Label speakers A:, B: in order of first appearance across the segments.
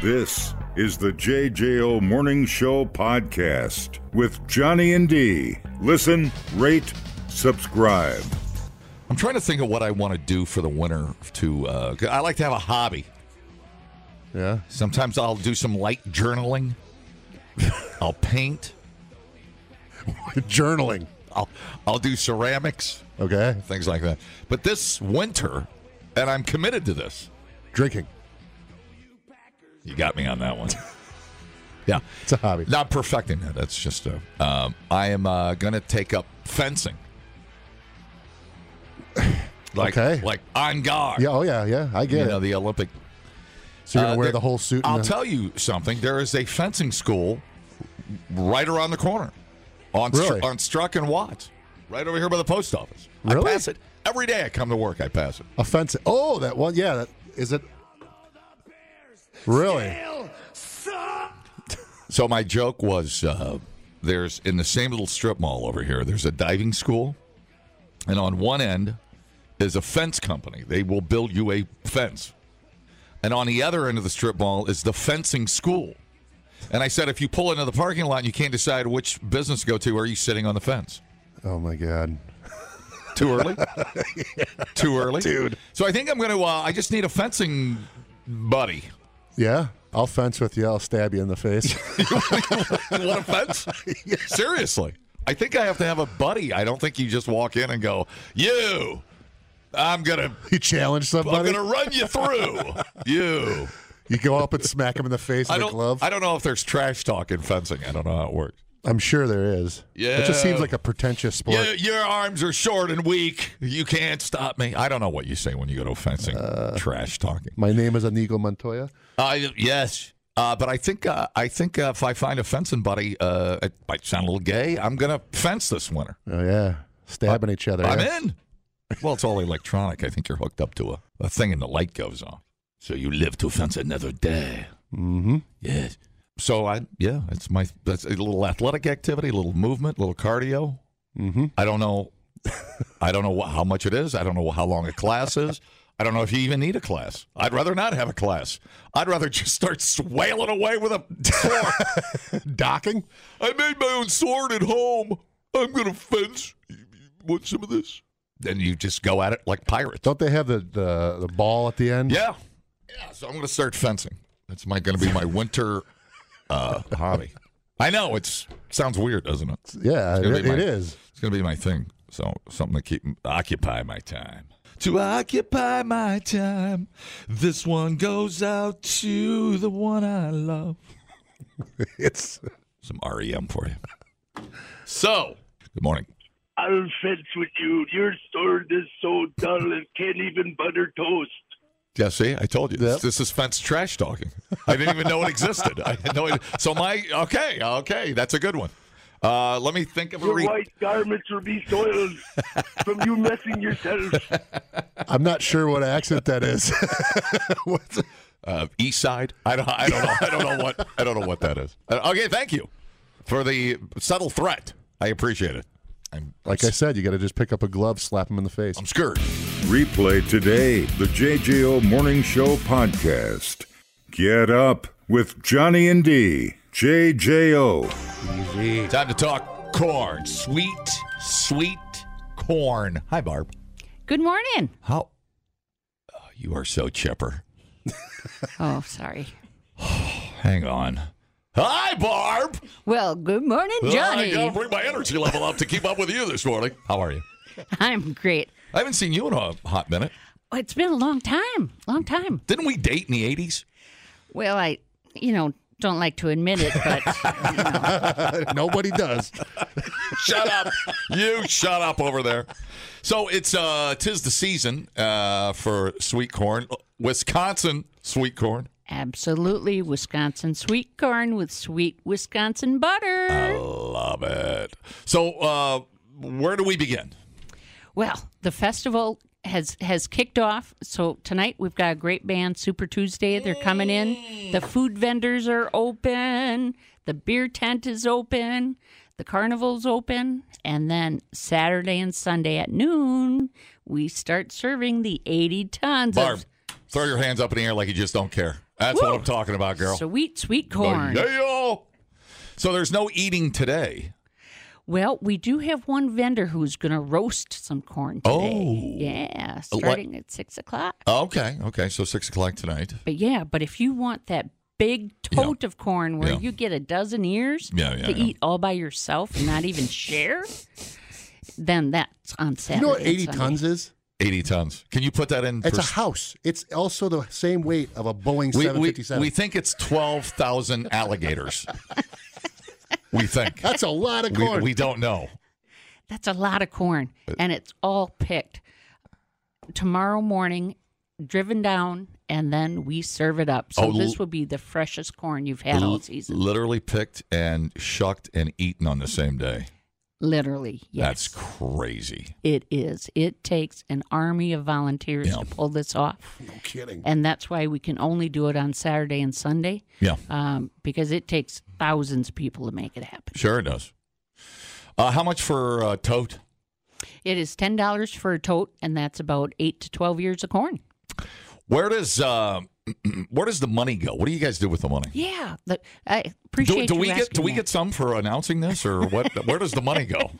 A: This is the JJO Morning Show podcast with Johnny and D. Listen, rate, subscribe.
B: I'm trying to think of what I want to do for the winter. To uh, 'cause I like to have a hobby.
C: Yeah.
B: Sometimes I'll do some light journaling. I'll paint.
C: Journaling.
B: I'll I'll do ceramics,
C: Okay.
B: things like that. But this winter, and I'm committed to this.
C: Drinking.
B: You got me on that one. yeah,
C: It's a hobby.
B: not perfecting it. That's just a. Um, I am uh, going to take up fencing. Like,
C: Okay.
B: like on guard.
C: Yeah. Oh yeah. Yeah. I get
B: you
C: it.
B: know the Olympic
C: so you're gonna
B: Uh,
C: wear
B: there-
C: the whole suit. and
B: I'll
C: the-
B: tell you something. There is a fencing school right around the corner on Str-
C: Really?
B: on Struck and Watts, right over here by the post office.
C: Really?
B: I pass it every day. I come to work. I pass it.
C: offensive. Oh, that one. Yeah. That, is it? Really?
B: So my joke was uh, there's in the same little strip mall over here. There's a diving school, and on one end is a fence company. They will build you a fence, and on the other end of the strip mall is the fencing school. And I said, if you pull into the parking lot and you can't decide which business to go to, are you sitting on the fence?
C: Oh my God.
B: Too early. Too early, dude. So I think I'm gonna. Uh, I just need a fencing buddy.
C: Yeah. I'll fence with you. I'll stab you in the face.
B: What a fence? Seriously, I think I have to have a buddy. I don't think you just walk in and go, "You, I'm gonna,
C: you challenge
B: I'm
C: somebody.
B: gonna run you through." You.
C: You go up and smack him in the face
B: I
C: with a
B: don't.
C: glove.
B: I don't know if there's trash talk in fencing. I don't know how it works.
C: I'm sure there is. It just
B: Yeah.
C: seems like a pretentious sport.
B: Your, your arms are short and weak. You can't stop me. I don't know what you say when you go to fencing.
C: Uh,
B: trash talking.
C: My name is Anigo Montoya.
B: Uh, yes. Uh, but I think uh, I think uh, if I find a fencing buddy, uh, it might sound a little gay. I'm gonna fence this winter.
C: Oh yeah. Stabbing each other.
B: I'm
C: yeah.
B: in. Well, it's all electronic. I think you're hooked up to a, a thing, and the light goes on. So you live to fence another day.
C: Mm-hmm.
B: Yes. So I yeah, it's my that's a little athletic activity, a little movement, a little cardio.
C: Mm-hmm.
B: I don't know. I don't know wha- how much it is. I don't know how long a class is. I don't know if you even need a class. I'd rather not have a class. I'd rather just start swaling away with a sword.
C: Docking.
B: I made my own sword at home. I'm going to fence. You- you Want some of this? Then you just go at it like pirates.
C: Don't they have the, the the ball at the end?
B: Yeah. Yeah. So I'm going to start fencing. That's my going to be my winter uh, hobby. I know it's sounds weird, doesn't it?
C: Yeah.
B: gonna
C: it-
B: be
C: it
B: my-
C: is.
B: It's gonna be my thing. So something to keep occupy my time. To occupy my time, this one goes out to the one I love.
C: It's
B: Some REM for you. So good morning.
D: I'll fence with you. Your sword is so dull it can't even butter toast.
B: Yeah, see, I told you
C: Yep.
B: this is fence trash talking. I didn't even know it existed. I had no idea. So my okay, okay, that's a good one. Uh, let me think of a
D: Your
B: re-
D: white garments will be soiled from you messing yourself.
C: I'm not sure what accent that is. What's-
B: uh, East Side. I don't. I don't know. I don't know what. I don't know what that is. Uh, okay, thank you for the subtle threat. I appreciate it. I'm
C: like I said, you got to just pick up a glove, slap him in the face.
B: I'm scared.
A: Replay today the JJO Morning Show podcast. Get up with Johnny and D. JJO.
B: Time to talk corn. Sweet, sweet corn. Hi, Barb.
E: Good morning.
B: How? Oh, you are so chipper.
E: Oh, sorry.
B: Hang on. Hi, Barb. Uh,
E: Well, good morning,
B: I
E: Johnny.
B: gotta bring my energy level up to keep up with you this morning. How are you?
E: I'm great.
B: I haven't seen you in a hot minute.
E: Oh, It's been a long time, long time.
B: Didn't we date in the '80s?
E: Well, I, you know, don't like to admit it, but
C: Nobody does.
B: shut up. You shut up over there. So it's uh tis the season uh for sweet corn. Wisconsin sweet corn.
E: absolutely Wisconsin sweet corn with sweet Wisconsin butter.
B: Love it. So uh where do we begin?
E: Well, the festival has has kicked off. So tonight we've got a great band, Super Tuesday. They're coming in. The food vendors are open. The beer tent is open. The carnival's open. And then Saturday and Sunday at noon, we start serving the 80 tons
B: Barb,
E: of
B: throw your hands up in the air like you just don't care. That's what I'm talking about, girl. Oh,
E: Sweet, sweet corn.
B: Yeah, y'all. So there's no eating today.
E: Well, we do have one vendor who's going to roast some corn today.
B: Oh.
E: Yeah, starting at 6 o'clock.
B: Okay, okay. So six o'clock tonight.
E: But yeah, but if you want that big tote of corn where
B: Yeah.
E: you get a dozen ears
B: Yeah, yeah,
E: to
B: yeah.
E: eat all by yourself and not even share, then that's on
C: You
E: Saturday.
C: know what
E: and
C: 80
E: Sunday.
C: tons is?
B: Eighty tons. Can you put that in?
C: It's a
B: pers-
C: house. It's also the same weight of a Boeing
B: we, we,
C: 757.
B: we think it's twelve thousand alligators. we think.
C: That's a lot of
B: We,
C: corn.
B: we don't know.
E: That's a lot of corn,
B: Uh,
E: and it's all picked. Tomorrow morning, driven down, and then we serve it up. So
B: Oh,
E: this
B: l-
E: will be the freshest corn you've had all
B: L-
E: season.
B: Literally picked and shucked and eaten on the same day.
E: Literally, yes.
B: That's crazy.
E: It is. It takes an army of volunteers
B: Yeah.
E: to pull this off.
C: no kidding.
E: And that's why we can only do it on Saturday and Sunday
B: Yeah,
E: um, because it takes thousands of people to make it happen.
B: sure it does. Uh, how much for uh, tote?
E: It is $10 for a tote, and that's about 8 to 12 years of corn.
B: Where does uh, where does the money go? What do you guys do with the money?
E: Yeah. The, I
B: Do,
E: appreciate
B: do
E: you
B: we get do
E: asking
B: we
E: that.
B: get some for announcing this or what? where does the money go?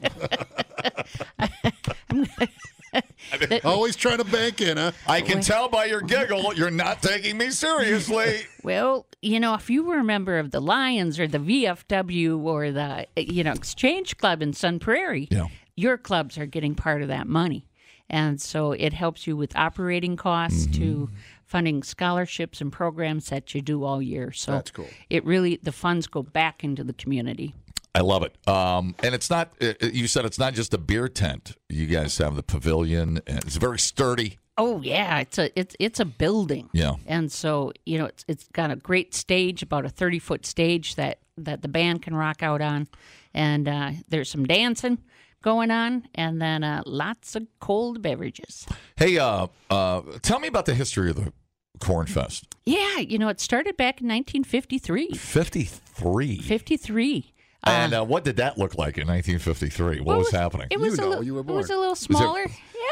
C: Always trying to bank in, huh?
B: I can tell by your giggle you're not taking me seriously.
E: Well, you know, if you were a member of the Lions or the VFW or the you know Exchange Club in Sun Prairie,
B: Yeah.
E: your clubs are getting part of that money, and so it helps you with operating costs to
B: Mm-hmm.
E: funding scholarships and programs that you do all year. So
C: That's cool.
E: It really the funds go back into the community.
B: I love it. Um, and it's not. uh, You said it's not just a beer tent. You guys have the pavilion. And it's very sturdy.
E: Oh yeah, it's a it's it's a building.
B: Yeah.
E: And so, you know, it's it's got a great stage, about a thirty foot stage that that the band can rock out on, and uh, there's some dancing going on, and then uh, lots of cold beverages.
B: Hey, uh, uh, tell me about the history of the Corn Fest.
E: Yeah, you know, it started back in 1953.
B: Fifty three.
E: 53.
B: And uh, what did that look like in 1953? What was, happening?
E: It was
C: You
E: a
C: know,
E: little,
C: you were
E: It was
C: born.
E: a little smaller.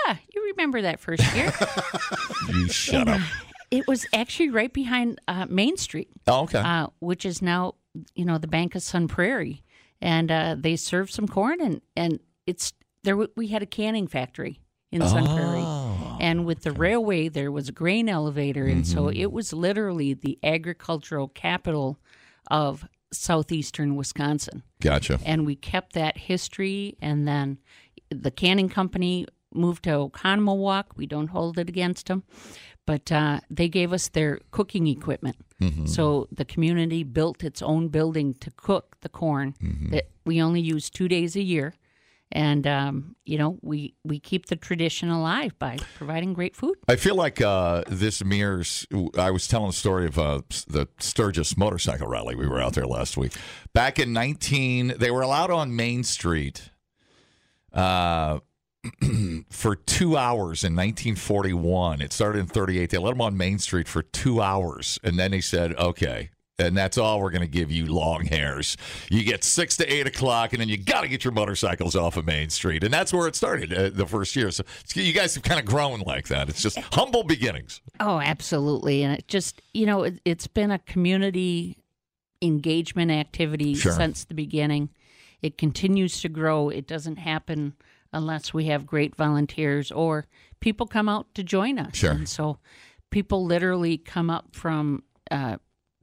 E: yeah, you remember that first year.
B: you shut up.
E: it was actually right behind uh, Main Street.
B: Oh, okay.
E: uh, which is now you know the Bank of Sun Prairie, and uh, they serve some corn and and it's there. w- We had a canning factory in Sun Prairie, and with the railway there was a grain elevator, and so it was literally the agricultural capital of southeastern Wisconsin
B: gotcha.
E: and we kept that history. And then the canning company moved to Oconomowoc. We don't hold it against them, but uh, they gave us their cooking equipment. So the community built its own building to cook the corn that we only use two days a year. And um, you know we we keep the tradition alive by providing great food.
B: I feel like uh, this mirrors. I was telling the story of uh, the Sturgis motorcycle rally. We were out there last week. Back in 19, they were allowed on Main Street uh, for two hours in 1941. It started in 38. They let them on Main Street for two hours. And then they said, okay. And that's all we're going to give you, long hairs. You get six to eight o'clock, and then you got to get your motorcycles off of Main Street. And that's where it started uh, the first year. So you guys have kind of grown like that. It's just humble beginnings.
E: Oh, absolutely. And it just, you know, it, it's been a community engagement activity
B: Sure.
E: since the beginning. It continues to grow. It doesn't happen unless we have great volunteers or people come out to join us.
B: Sure.
E: And so people literally come up from uh,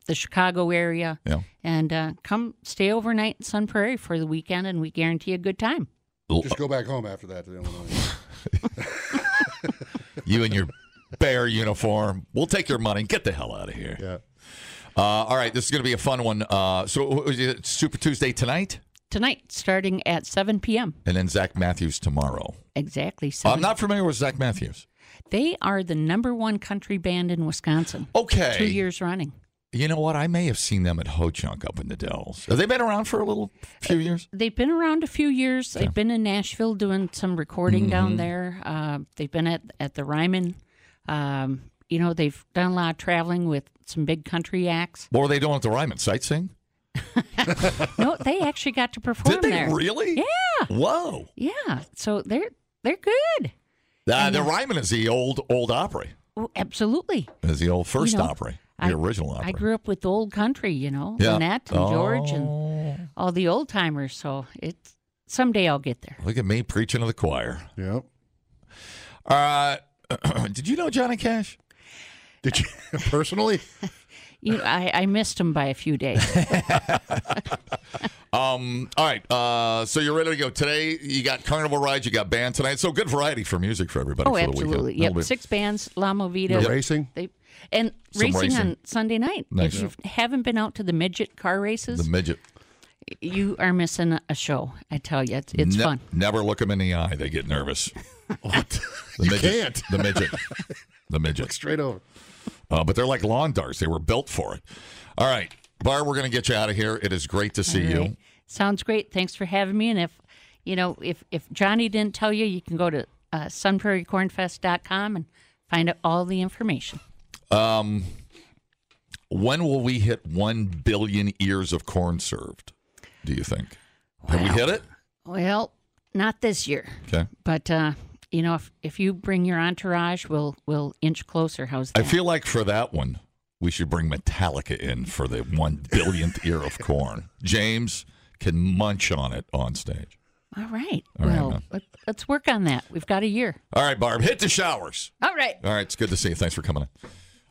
E: the Chicago area
B: Yeah.
E: and uh, come stay overnight in Sun Prairie for the weekend, and we guarantee a good time.
C: Just go back home after that to Illinois.
B: You and your bear uniform. We'll take your money. Get the hell out of here.
C: Yeah.
B: Uh, all right. This is going to be a fun one. Uh, so, uh, it's Super Tuesday tonight,
E: Tonight, starting at 7 p.m.
B: and then Zach Matthews tomorrow.
E: Exactly. 7
B: I'm not familiar with Zach Matthews.
E: They are the number one country band in Wisconsin.
B: Okay.
E: Two years running.
B: You know what? I may have seen them at Ho Chunk up in the Dells. Have they been around for a little few
E: Uh,
B: years?
E: They've been around a few years. They've been in Nashville doing some recording
B: Mm-hmm.
E: down there. Uh, they've been at, at the Ryman. Um, you know, they've done a lot of traveling with some big country acts.
B: What were they doing at the Ryman? Sightseeing?
E: no, they actually got to perform
B: Did they
E: there.
B: really? Yeah. Whoa.
E: yeah. So they're they're good.
B: Uh, the Ryman is the old, old Opry.
E: Oh, absolutely.
B: Is the old first
E: know,
B: Opry. The original opera.
E: I grew up with old country, you know,
B: Yeah.
E: Lynette and George and
B: Oh,
E: all the old timers. So it's someday I'll get there.
B: Look at me preaching to the choir.
C: Yep.
B: Uh, did you know Johnny Cash?
C: Did you personally?
E: You know, I, I missed him by a few days.
B: Um, all right. Uh, so you're ready to go today. You got carnival rides. You got band tonight. So good variety for music for everybody.
E: oh,
B: for The
E: absolutely.
B: weekend.
E: Yep.
B: That'll be-
E: Six bands, La Movida.
C: The racing?
E: They, and
B: Some
E: racing,
B: racing.
E: on Sunday night.
B: Nice.
E: If you haven't been out to the midget car races,
B: The midget.
E: you are missing a show. I tell you, it's, it's
B: Ne-
E: fun.
B: Never look them in the eye. They get nervous.
C: What?
B: The
C: you
B: midget,
C: can't.
B: The midget. The midget.
C: Straight over.
B: Uh, but they're like lawn darts. They were built for it. All right, Bar, we're going to get you out of here. It is great to see you.
E: Right. Sounds great. Thanks for having me. And if you know, if if Johnny didn't tell you, you can go to uh, sunprairiecornfest.com and find out all the information.
B: Um, When will we hit 1 billion ears of corn served, do you think? Have we
E: Wow.
B: hit it?
E: Well, not this year,
B: Okay.
E: but uh, you know, if if you bring your entourage, we'll we'll inch closer. How's that?
B: I feel like for that one, we should bring Metallica in for the 1 billionth ear of corn. James can munch on it on stage.
E: all right.
B: All right,
E: well,
B: ma'am.
E: let, let's work on that. We've got a year.
B: All right, Barb, hit the showers.
E: All right.
B: All right, it's good to see you. Thanks for coming in.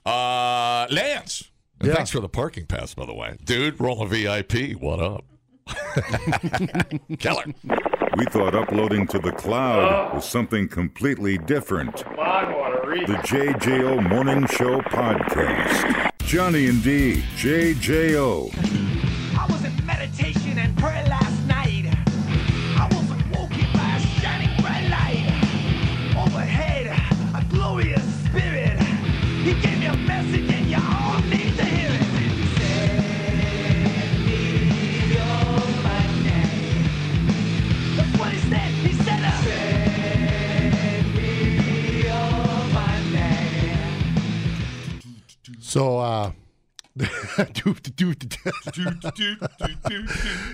B: Uh, Lance, and
C: Yeah.
B: thanks for the parking pass, by the way. Dude, roll a VIP. What up? Killer.
A: We thought uploading to the cloud was something completely different. The JJO Morning Show Podcast. Johnny and D, JJO.
F: I was in meditation and prayer last night. I was awoken by a shining bright light. Overhead, a glorious spirit. He gave me a message and you all need to hear it. Send me your money. Look what he said. He said, uh, Send me your money.
C: So, uh, doot, doot, doot.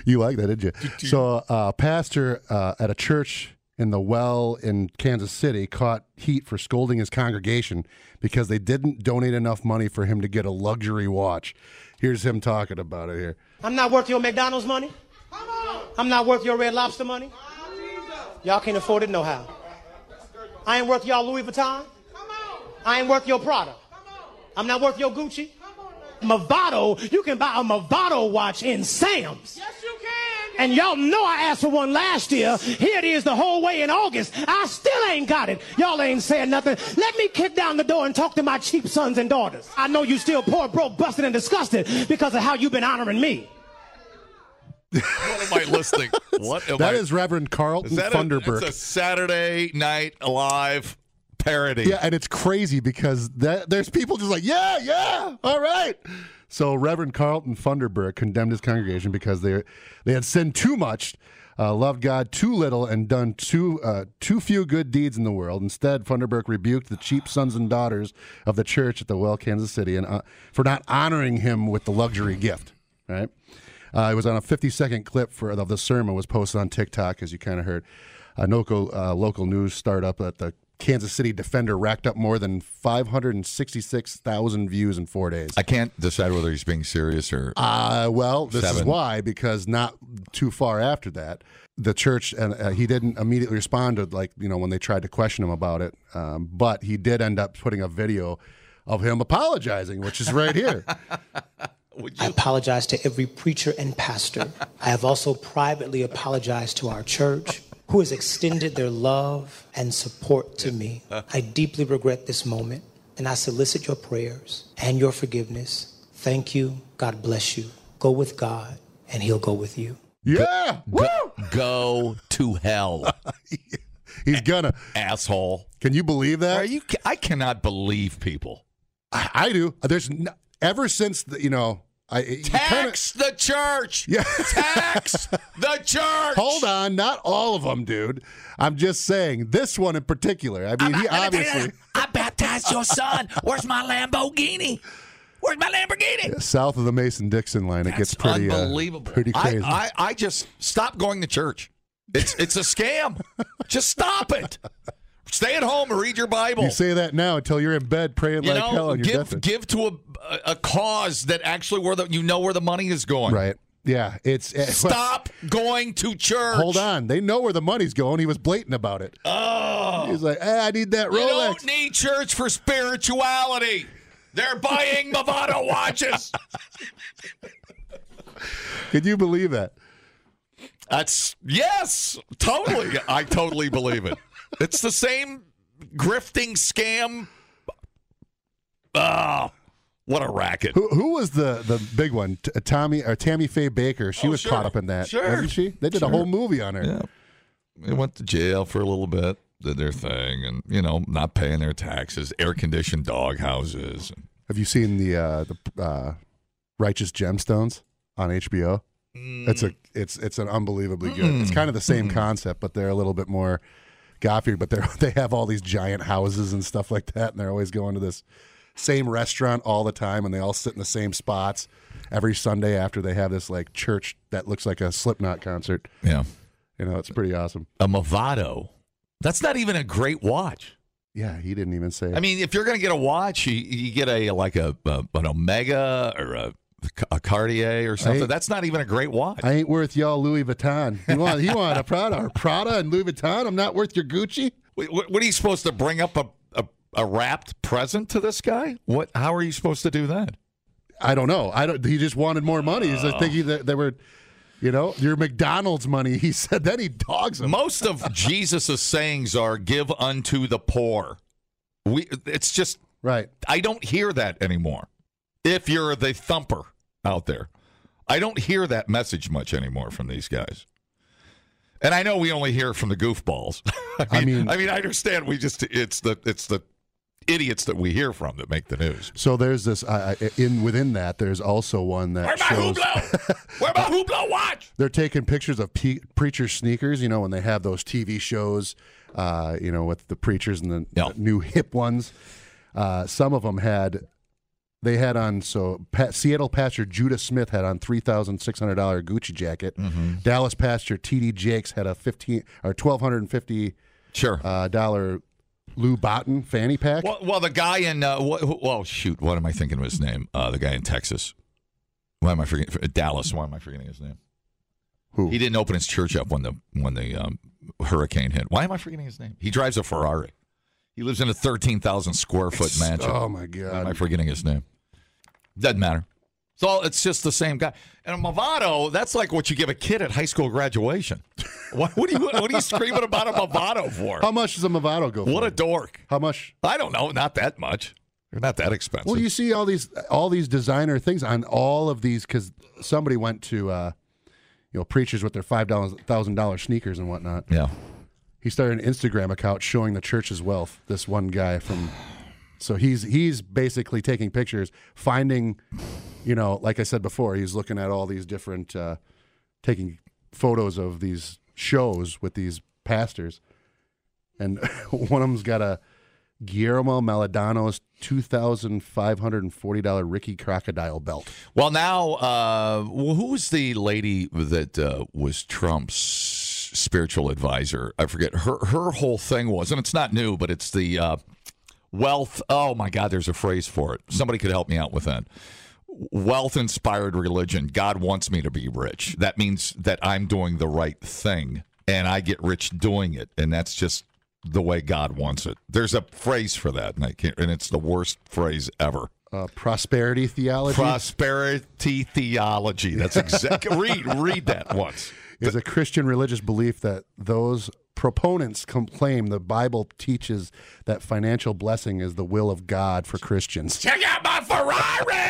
C: you like that, did you? So, uh, pastor uh, at a church in the well in Kansas City caught heat for scolding his congregation because they didn't donate enough money for him to get a luxury watch. Here's him talking about it here.
G: I'm not worth your McDonald's money. I'm not worth your Red Lobster money. Y'all can't afford it no how. I ain't worth y'all Louis Vuitton. I ain't worth your Prada. I'm not worth your Gucci. Movado, you can buy a Movado watch in Sam's. Yes, you can. And y'all know I asked for one last year. Here it is the whole way in August. I still ain't got it. Y'all ain't saying nothing. Let me kick down the door and talk to my cheap sons and daughters. I know you still poor, broke, busted, and disgusted because of how you've been honoring me.
B: What am I listening? What am
C: That
B: I?
C: is Reverend
B: Oh,
C: Carlton
B: Is that a-
C: Thunderberg.
B: that's a Saturday Night Live parody.
C: Yeah, and it's crazy because that there's people just like, yeah, yeah, all right. So Reverend Carlton Thunderberg condemned his congregation because they they had sinned too much, uh, loved God too little, and done too uh, too few good deeds in the world. Instead, Thunderberg rebuked the cheap sons and daughters of the church at the Well, Kansas City, and uh, for not honoring him with the luxury gift. Right. Uh, it was on a 50 second clip for of the sermon was posted on TikTok, as you kind of heard. A local, uh, local news startup that the Kansas City Defender racked up more than 566,000 views in four days.
B: I can't decide whether he's being serious or.
C: Uh, well, this is
B: Seven.
C: why because not too far after that, the church and uh, he didn't immediately respond to like you know when they tried to question him about it, um, but he did end up putting a video of him apologizing, which is right here.
G: I apologize to every preacher and pastor. I have also privately apologized to our church, who has extended their love and support to me. I deeply regret this moment, and I solicit your prayers and your forgiveness. Thank you. God bless you. Go with God, and He'll go with you.
C: yeah, woo!
B: Go to hell,
C: he's gonna.
B: asshole.
C: Can you believe that?
B: Are you? I cannot believe people.
C: I, I do. There's n ever since the, you know I you kinda-
B: Tax the church.
C: Yeah.
B: Tax the church.
C: Hold on, not all of them, dude. I'm just saying this one in particular. I mean, he obviously
B: I baptized your son. Where's my Lamborghini? Where's my Lamborghini?
C: south of the Mason Dixon line, it gets
B: It's
C: pretty uh,
B: unbelievable.
C: pretty
B: I-
C: crazy.
B: I, I, just stop going to church. It's it's a scam. just stop it. Stay at home and read your Bible.
C: You say that now until you're in bed praying
B: You
C: like hell
B: know,
C: on your
B: give
C: deathbed.
B: give to a- a, a cause that actually where the you know where the money is going.
C: Right. Yeah. It's eh,
B: Stop going to church.
C: Hold on. They know where the money's going. He was blatant about it.
B: Oh,
C: He's like, eh, I need that
B: you
C: Rolex.
B: don't need church for spirituality. They're buying Movado watches.
C: Can you believe that?
B: That's yes, totally. I totally believe it. It's the same grifting scam. Ah, what a racket!
C: Who, who was the, the big one? T- uh, Tommy or Tammy Faye Baker? She
B: Oh,
C: was
B: sure.
C: caught up in that,
B: Sure.
C: wasn't she? They did a whole movie on her.
B: Yeah. They went to jail for a little bit, did their thing, and you know, not paying their taxes, air conditioned dog houses.
C: Have you seen the uh, the uh, Righteous Gemstones on HBO?
B: Mm.
C: It's a it's it's an unbelievably good. It's kind of the same concept, but they're a little bit more gothier. But they are they have all these giant houses and stuff like that, and they're always going to this same restaurant all the time, and they all sit in the same spots every Sunday after they have this like church that looks like a Slipknot concert.
B: Yeah,
C: You know, it's pretty awesome.
B: a Movado. That's not even a great watch.
C: Yeah, he didn't even say.
B: I mean, if you're going to get a watch, you, you get a like a, a an Omega or a, a Cartier or something.
C: I-
B: That's not even a great watch.
C: I ain't worth y'all Louis Vuitton. You want you want a Prada or Prada and Louis Vuitton? I'm not worth your Gucci.
B: Wait, What, what are you supposed to bring up a, a a wrapped present to this guy? What? How are you supposed to do that?
C: I don't know. I don't. He just wanted more money. He's like thinking that they were, you know, your McDonald's money. He said then he dogs him.
B: Most of Jesus' sayings are "Give unto the poor." We. It's just
C: Right.
B: I don't hear that anymore. If you're the thumper out there, I don't hear that message much anymore from these guys. And I know we only hear it from the goofballs. I
C: I
B: mean,
C: mean-
B: I mean, I understand. We just it's the it's the idiots that we hear from that make the news.
C: So there's this I I- in within that. There's also one that shows
B: Hublot? Where my Hublot watch?
C: they're taking pictures of pe- preacher sneakers. You know when they have those TV shows, uh, you know with the preachers and the
B: Yeah.
C: new hip ones. Uh, some of them had. They had on so pa- Seattle pastor Judah Smith had on three thousand six hundred dollar Gucci jacket.
B: Mm-hmm.
C: Dallas pastor T.D. Jakes had a fifteen or twelve hundred and fifty
B: Sure.
C: uh, dollar Lou Botton fanny pack.
B: well, well, the guy in uh, wh- well, shoot, what am I thinking of his name? Uh, the guy in Texas. Why am I forgetting Dallas? Why am I forgetting his name?
C: Who?
B: He didn't open his church up when the when the um, hurricane hit. Why am I forgetting his name? He drives a Ferrari. He lives in a thirteen thousand square foot mansion.
C: Oh my
B: Why am I
C: god!
B: forgetting his name? Doesn't matter. It's all. It's just the same guy. And a Movado, that's like what you give a kid at high school graduation. what, what are you What are you screaming about a Movado for?
C: How much does a Movado go?
B: What
C: for?
B: a dork!
C: How much?
B: I don't know. Not that much. They're not that expensive.
C: Well, you see all these all these designer things on all of these because somebody went to uh, you know preachers with their five thousand dollar sneakers and whatnot.
B: yeah.
C: He started an Instagram account showing the church's wealth. This one guy from, so he's he's basically taking pictures, finding, you know, like I said before, he's looking at all these different, uh, taking photos of these shows with these pastors, and one of them's got a Guillermo Maladano's two thousand five hundred and forty dollar Ricky Crocodile belt.
B: Well, now, uh, wh- who was the lady that uh, was Trump's spiritual advisor? I forget. Her her whole thing was, and it's not new, but it's the uh, wealth. Oh my God, there's a phrase for it. Somebody could help me out with that. Wealth inspired religion. God wants me to be rich. That means that I'm doing the right thing, and I get rich doing it, and that's just the way God wants it. There's a phrase for that, and I can't, and it's the worst phrase ever.
C: Uh, prosperity theology
B: Prosperity theology. That's exactly. read read that once.
C: is a Christian religious belief that those proponents com- claim the Bible teaches that financial blessing is the will of God for Christians.
B: Check out my Ferrari.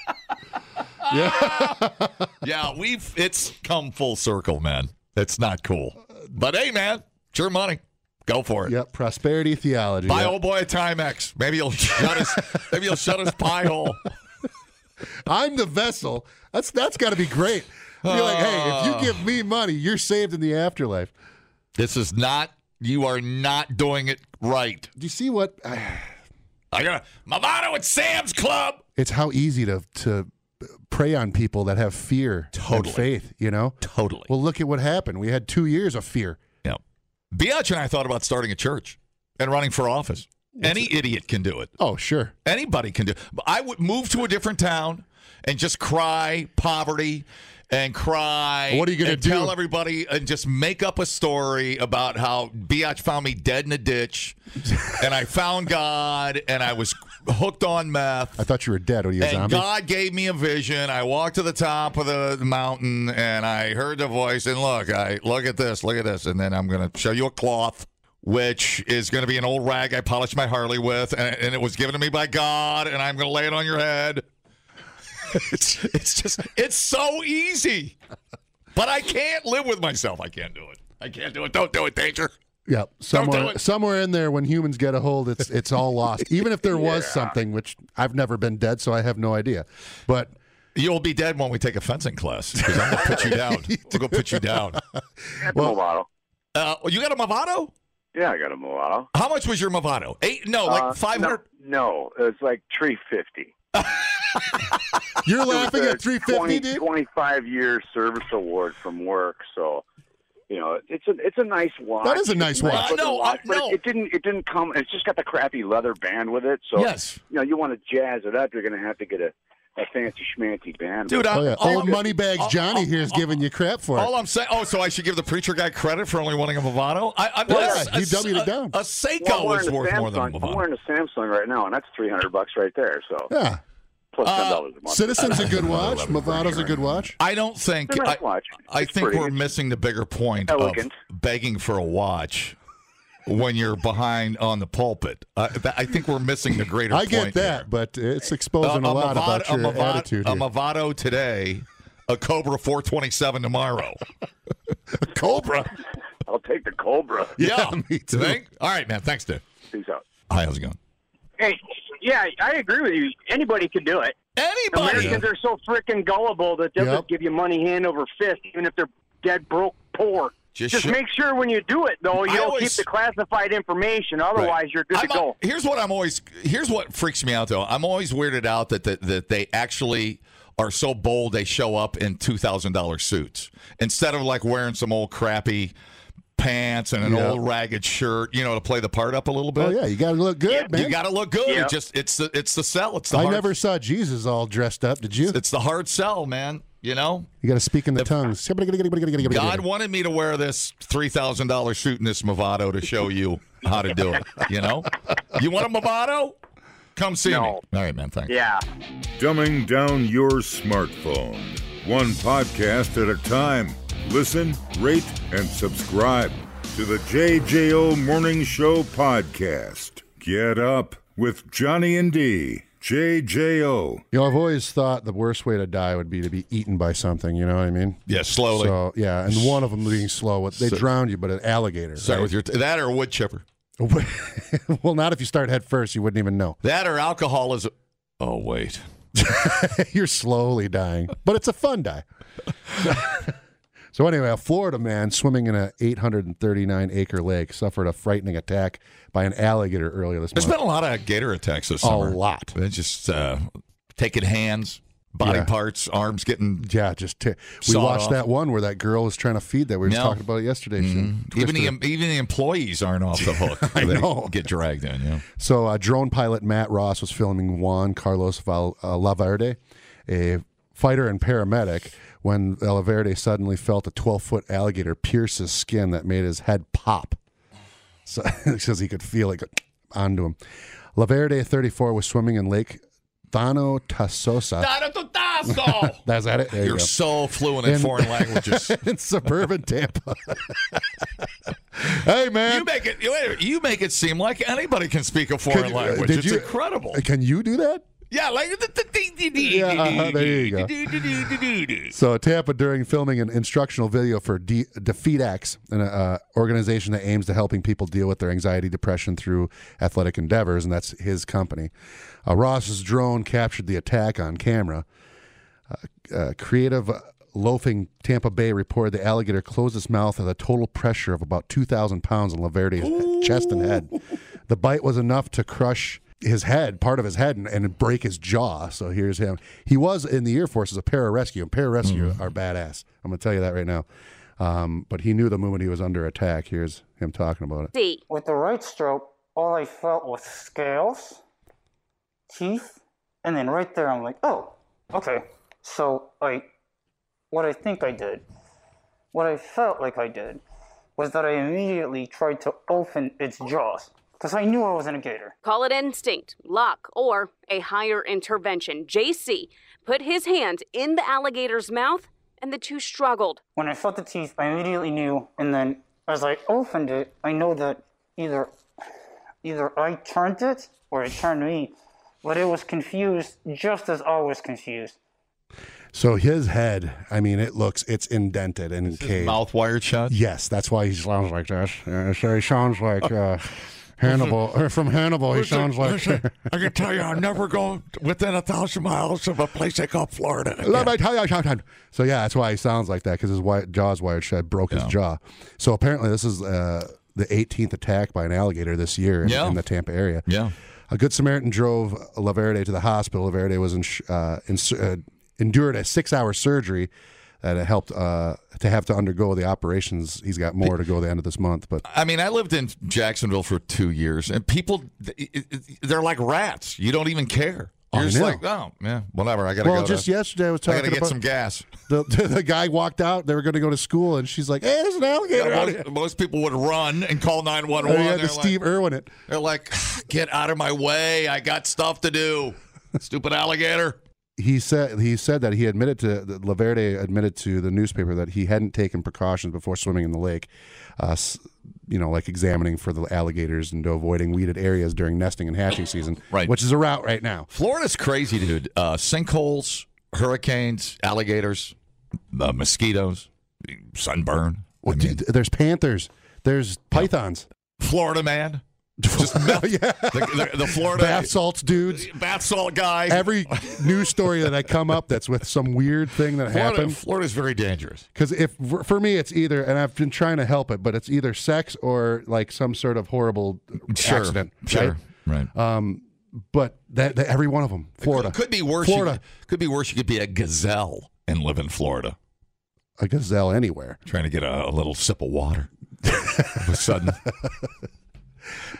B: yeah, yeah. We've it's come full circle, man. It's not cool, but hey, man, it's your money. Go for it.
C: Yep, prosperity theology.
B: Buy
C: Yep.
B: old boy a Timex. Maybe he'll shut his. maybe he'll shut his pie hole.
C: I'm the vessel. That's that's got to be great. Be like, hey,
B: Ah.
C: if you give me money, you're saved in the afterlife.
B: This is not. You are not doing it right.
C: Do you see what?
B: I got my motto at Sam's Club.
C: It's how easy to to prey on people that have fear
B: Totally.
C: and faith. You know.
B: Totally.
C: Well, look at what happened. We had two years of fear.
B: Yeah. Biatch and I thought about starting a church and running for office. Any idiot can do it.
C: Oh, sure.
B: Anybody can do. But I would move to a different town and just cry poverty and cry.
C: What are you gonna
B: and Tell
C: do?
B: everybody and just make up a story about how Biatch found me dead in a ditch, and I found God, and I was hooked on meth.
C: I thought you were dead when you were a
B: And
C: zombie.
B: God gave me a vision. I walked to the top of the mountain and I heard the voice. And look, I look at this, look at this, and then I'm going to show you a cloth, which is going to be an old rag I polished my Harley with, and, and it was given to me by God. And I'm going to lay it on your head. it's, it's just, it's so easy, but I can't live with myself. I can't do it. I can't do it. Don't do it, danger.
C: Yep. Somewhere,
B: it.
C: somewhere in there, when humans get a hold, it's it's all lost. Even if there was something, which I've never been dead, so I have no idea. But
B: You'll be dead when we take a fencing class because I'm going to put you down. We're going to put you down.
C: well,
H: Movado.
B: Uh, you got a Movado?
H: Yeah, I got a Movado.
B: How much was your Movado? Eight? No, like
H: Uh,
B: five hundred.
H: No, no, it's like three fifty.
C: you're laughing at 350, dude.
H: Twenty-five year service award from work, so you know it's a it's a nice watch.
C: That is a nice
H: It's
C: watch.
H: looking
B: Uh, no, I-
H: but it-
B: no.
H: It, didn't it didn't come. It's just got the crappy leather band with it. So
B: Yes.
H: you know you want to jazz it up, you're going to have to get a, a fancy schmancy band.
B: dude. I,
C: Oh yeah,
B: all,
C: old
B: I'm,
C: moneybags
B: I'll-
C: Johnny
B: I'll-
C: here is giving you crap for
B: all
C: it.
B: I'm saying. Oh, so I should give the preacher guy credit for only wanting a Movado? I, I'm
C: Yeah,
B: a,
C: he doubled
B: a,
C: it down.
B: A Seiko
H: Well, I'm wearing
B: is
H: a
B: worth more than a
H: Samsung- I'm
B: Movado.
H: wearing a Samsung right now, and that's three hundred bucks right there. So
C: Yeah,
H: plus
B: Uh,
H: ten dollars a month.
C: Citizen's a good watch. Movado's a good watch.
B: I don't think.
H: It's a nice
B: I,
H: watch.
B: I
H: It's
B: think
H: pretty.
B: we're missing the bigger point of
H: Elegant.
B: begging for a watch when you're behind on the pulpit. I, that, I think we're missing the greater.
C: I get
B: point
C: that,
B: here.
C: but it's exposing
B: Uh,
C: a lot about your
B: a Movado,
C: attitude.
B: a
C: here.
B: Movado today, a Cobra 427 tomorrow. a Cobra.
H: I'll take the Cobra.
B: Yeah,
C: me too.
B: Thank- All right, man. Thanks, dude.
H: Peace out.
B: Hi, how's it going?
I: Hey, yeah, I agree with you. Anybody can do it.
B: Anybody?
I: Americans are so freaking gullible that they'll
C: Yep.
I: just give you money hand over fist, even if they're dead broke poor.
B: Just
I: Just,
B: sho-
I: make sure when you do it, though, you
B: I
I: don't
B: always-
I: keep the classified information. Otherwise, you're good
B: I'm
I: to go.
B: a- here's what I'm always. Here's what freaks me out though. I'm always weirded out that that, that they actually are so bold they show up in two thousand dollar suits instead of like wearing some old crappy pants and an
C: Yeah.
B: old ragged shirt. You know, to play the part up a little bit.
C: Oh yeah, you got to look good, man.
B: You got to look good.
I: Yeah.
B: It just it's the it's the sell. It's the
C: I
B: hard,
C: never saw Jesus all dressed up. Did you?
B: It's the hard sell, man. You know,
C: You got to speak in the tongues.
B: God wanted me to wear this three thousand dollar suit in this Movado to show you how to do it. You know, you want a Movado? Come see me. All right, man. Thanks.
I: Yeah.
A: Dumbing down your smartphone. One podcast at a time. Listen, rate, and subscribe to the JJO Morning Show podcast. Get up with Johnny and D. JJO.
C: You know, I've always thought the worst way to die would be to be eaten by something. You know what I mean?
B: Yeah, slowly.
C: So yeah, and one of them being slow. what- They drowned you, but an alligator.
B: Start with your that or a wood chipper.
C: right? well, not if you start head first. You wouldn't even know.
B: That or alcohol is. Oh wait.
C: You're slowly dying, but it's a fun die. so anyway, a Florida man swimming in a 839 acre lake suffered a frightening attack by an alligator earlier this
B: There's
C: month.
B: been a lot of gator attacks this
C: A
B: summer.
C: lot.
B: They're just uh, taking hands, body
C: Yeah.
B: parts, arms getting.
C: yeah, just t- we
B: Sawed
C: watched
B: off.
C: that one where that girl was trying to feed that we were just
B: No. Mm-hmm.
C: talking about it yesterday. She
B: Even
C: twisted
B: the
C: her
B: even the employees aren't off the hook. I
C: know.
B: Get dragged in. Yeah.
C: So, uh, drone pilot Matt Ross was filming Juan Carlos Val- uh, Laverde, a fighter and paramedic, when Laverde suddenly felt a 12 foot alligator pierce his skin that made his head pop. So, because he could feel it go onto him. Laverde, 34, was swimming in Lake Thano Tassosa. That's that it. There you
B: You're
C: go.
B: so fluent in
C: In-
B: foreign languages.
C: in suburban Tampa. hey, man.
B: You make it. You, you make it seem like anybody can speak a
C: Could
B: foreign
C: you- uh,
B: language.
C: did
B: It's
C: you-
B: incredible.
C: Can you do that?
B: Yeah, like
C: Yeah, uh-huh, there you go. So Tampa, during filming an instructional video for D- Defeat X, an uh, organization that aims to helping people deal with their anxiety, depression through athletic endeavors, and that's his company. Uh, Ross's drone captured the attack on camera. Uh, uh, creative uh, loafing Tampa Bay reported the alligator closed its mouth at a total pressure of about 2,000 pounds on Laverde's chest and head. The bite was enough to crush his head, part of his head, and, and break his jaw. So here's him. He was in the Air Force as a pararescue, and pararescue are badass. I'm going to tell you that right now. Um, but he knew the moment he was under attack. Here's him talking about it.
J: With the right stroke, all I felt was scales, teeth, and then right there I'm like, oh, okay. So I, what I think I did, what I felt like I did, was that I immediately tried to open its jaws because I knew I wasn't a gator.
K: Call it instinct, luck, or a higher intervention. JC put his hand in the alligator's mouth and the two struggled.
J: When I felt the teeth, I immediately knew, and then as I opened it, I know that either either I turned it or it turned me, but it was confused just as I was confused.
C: So his head, I mean, it looks it's indented and caved.
B: mouth wired shut.
C: Yes, that's why he sounds like that. Uh, so he sounds like uh, Hannibal or from Hannibal. He
B: Listen,
C: sounds like.
B: listen, I can tell you, I'm never going within a thousand miles of a place they call Florida. again.
C: Let me tell you something. So yeah, that's why he sounds like that because his wi- jaw's wired shut, broke his jaw. So apparently, this is uh, the 18th attack by an alligator this year in,
B: Yeah.
C: in the Tampa area.
B: Yeah.
C: A good Samaritan drove Laverde to the hospital. Laverde was in, uh, in, uh, endured a six-hour surgery that it helped uh, to have to undergo the operations. He's got more to go the end of this month, but
B: I mean, I lived in Jacksonville for two years, and people, th- it- it- they're like rats. You don't even care. You're
C: I
B: just
C: know.
B: like, oh, yeah, whatever. I got to
C: well,
B: go.
C: just
B: to,
C: yesterday I was
B: I
C: talking
B: got to get
C: about
B: some gas.
C: the, the guy walked out. They were going to go to school, and she's like, "Hey, there's an alligator." out here."
B: most, most people would run and call
C: Oh, he
B: 911.
C: had
B: They're
C: the Steve
B: like,
C: Irwin it.
B: they're like, "Ah, get out of my way. I got stuff to do. Stupid alligator.
C: he said he said that he admitted to that Laverde admitted to the newspaper that he hadn't taken precautions before swimming in the lake, uh, s- you know, like examining for the alligators and avoiding weeded areas during nesting and hatching season,
B: Right.
C: Which is a route right now.
B: Florida's crazy, dude. Uh, sinkholes, hurricanes, alligators, uh, mosquitoes, sunburn.
C: Well,
B: I mean,
C: dude, there's panthers, there's pythons,
B: Florida man. Just meth.
C: yeah,
B: The, the, the Florida
C: bath salts, dudes.
B: bath salt guy.
C: Every news story that I come up that's with some weird thing that
B: Florida,
C: happened.
B: Florida's very dangerous.
C: Because if for me it's either, and I've been trying to help it, but it's either sex or like some sort of horrible accident.
B: Sure.
C: right?
B: Right.
C: but that, that- every one of them, Florida,
B: Could be worse. You
C: Florida,
B: could- could be worse. You could be a gazelle and live in Florida.
C: a gazelle anywhere.
B: Trying to get a, a little sip of water. All of a sudden,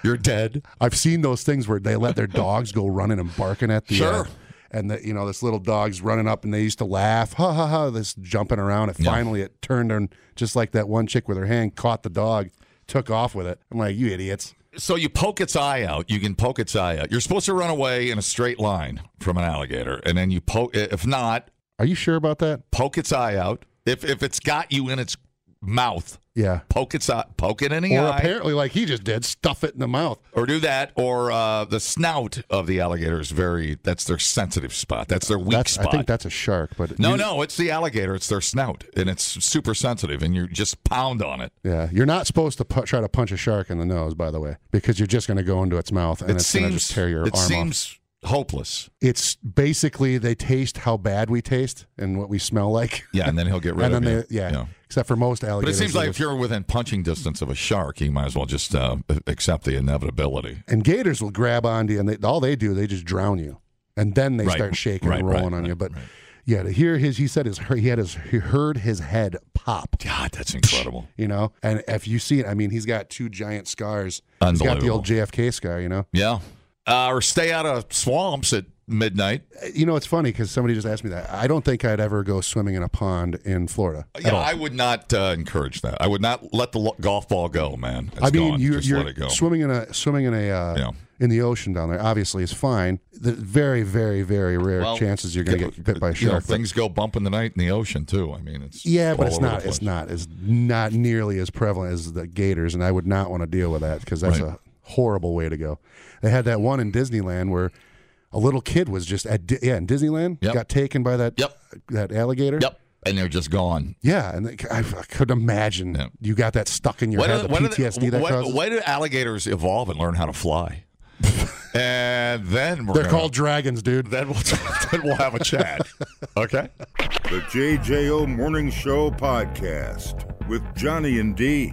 B: you're dead.
C: I've seen those things where they let their dogs go running and barking at the.
B: Sure.
C: and the, you know this little dog's running up, and they used to laugh, ha ha ha, this jumping around. And
B: Yeah.
C: finally, it turned and just like that one chick with her hand caught the dog, took off with it. I'm like, you idiots!
B: So you poke its eye out. You can poke its eye out. You're supposed to run away in a straight line from an alligator, and then you poke. If not,
C: Are you sure about that?
B: poke its eye out. If if it's got you in its mouth,
C: Yeah.
B: poke its eye, poke it in the
C: Or
B: eye,
C: apparently, like he just did, stuff it in the mouth.
B: or do that. Or uh, the snout of the alligator is very. That's their sensitive spot. That's their weak
C: That's,
B: spot.
C: I think that's a shark, but
B: no,
C: you-
B: no, it's the alligator. It's their snout, and it's super sensitive, and you just pound on it.
C: Yeah, you're not supposed to pu- try to punch a shark in the nose, by the way, because you're just going to go into its mouth and
B: it
C: it's going to
B: seems
C: just tear your
B: it
C: arm off.
B: seems hopeless.
C: It's basically they taste how bad we taste and what we smell like,
B: Yeah, and then he'll get rid
C: and
B: of
C: then
B: you.
C: they yeah. Except for most
B: But it
C: alligators,
B: seems
C: they
B: like if
C: just-
B: you're within punching distance of a shark, you might as well just uh, accept the inevitability.
C: and gators will grab onto you, and they, all they do they just drown you, and then they
B: Right,
C: start shaking
B: right,
C: and rolling
B: right,
C: on you.
B: right,
C: But
B: right.
C: yeah, to hear his he said his he had his he heard his head pop.
B: God, that's incredible.
C: You know, and if you see it, I mean, he's got two giant scars. He's got the
B: Unbelievable.
C: old JFK scar. You know.
B: Yeah. Uh, or stay out of swamps at midnight.
C: You know, it's funny because somebody just asked me that. I don't think I'd ever go swimming in a pond in Florida. at
B: Yeah,
C: all.
B: I would not uh, encourage that. I would not let the lo- golf ball go, man. It's
C: I mean,
B: gone.
C: you're,
B: just
C: you're
B: let it go.
C: swimming in a swimming in a uh,
B: Yeah.
C: in the ocean down there. Obviously, is fine. The very, very, very rare
B: Well,
C: chances you're going to get bit by a
B: uh, You know,
C: shark. but-
B: things go bump in the night in the ocean too. I mean, it's
C: yeah, but
B: all
C: it's
B: over the
C: not. It's
B: place.
C: not. It's not nearly as prevalent as the gators, and I would not want to deal with that because that's
B: Right.
C: a horrible way to go. They had that one in Disneyland where. A little kid was just at Di- yeah in Disneyland
B: Yep.
C: got taken by that
B: Yep.
C: that alligator
B: Yep, and they're just gone.
C: Yeah, and I, I could imagine
B: Yeah.
C: you got that stuck in your
B: Why do,
C: head, the
B: why do they-
C: PTSD that
B: why-
C: causes.
B: why do alligators evolve and learn how to fly? and then we're
C: They're
B: gonna-
C: called dragons, dude.
B: Then we'll, then we'll have a chat. Okay.
A: The JJO Morning Show podcast with Johnny and D.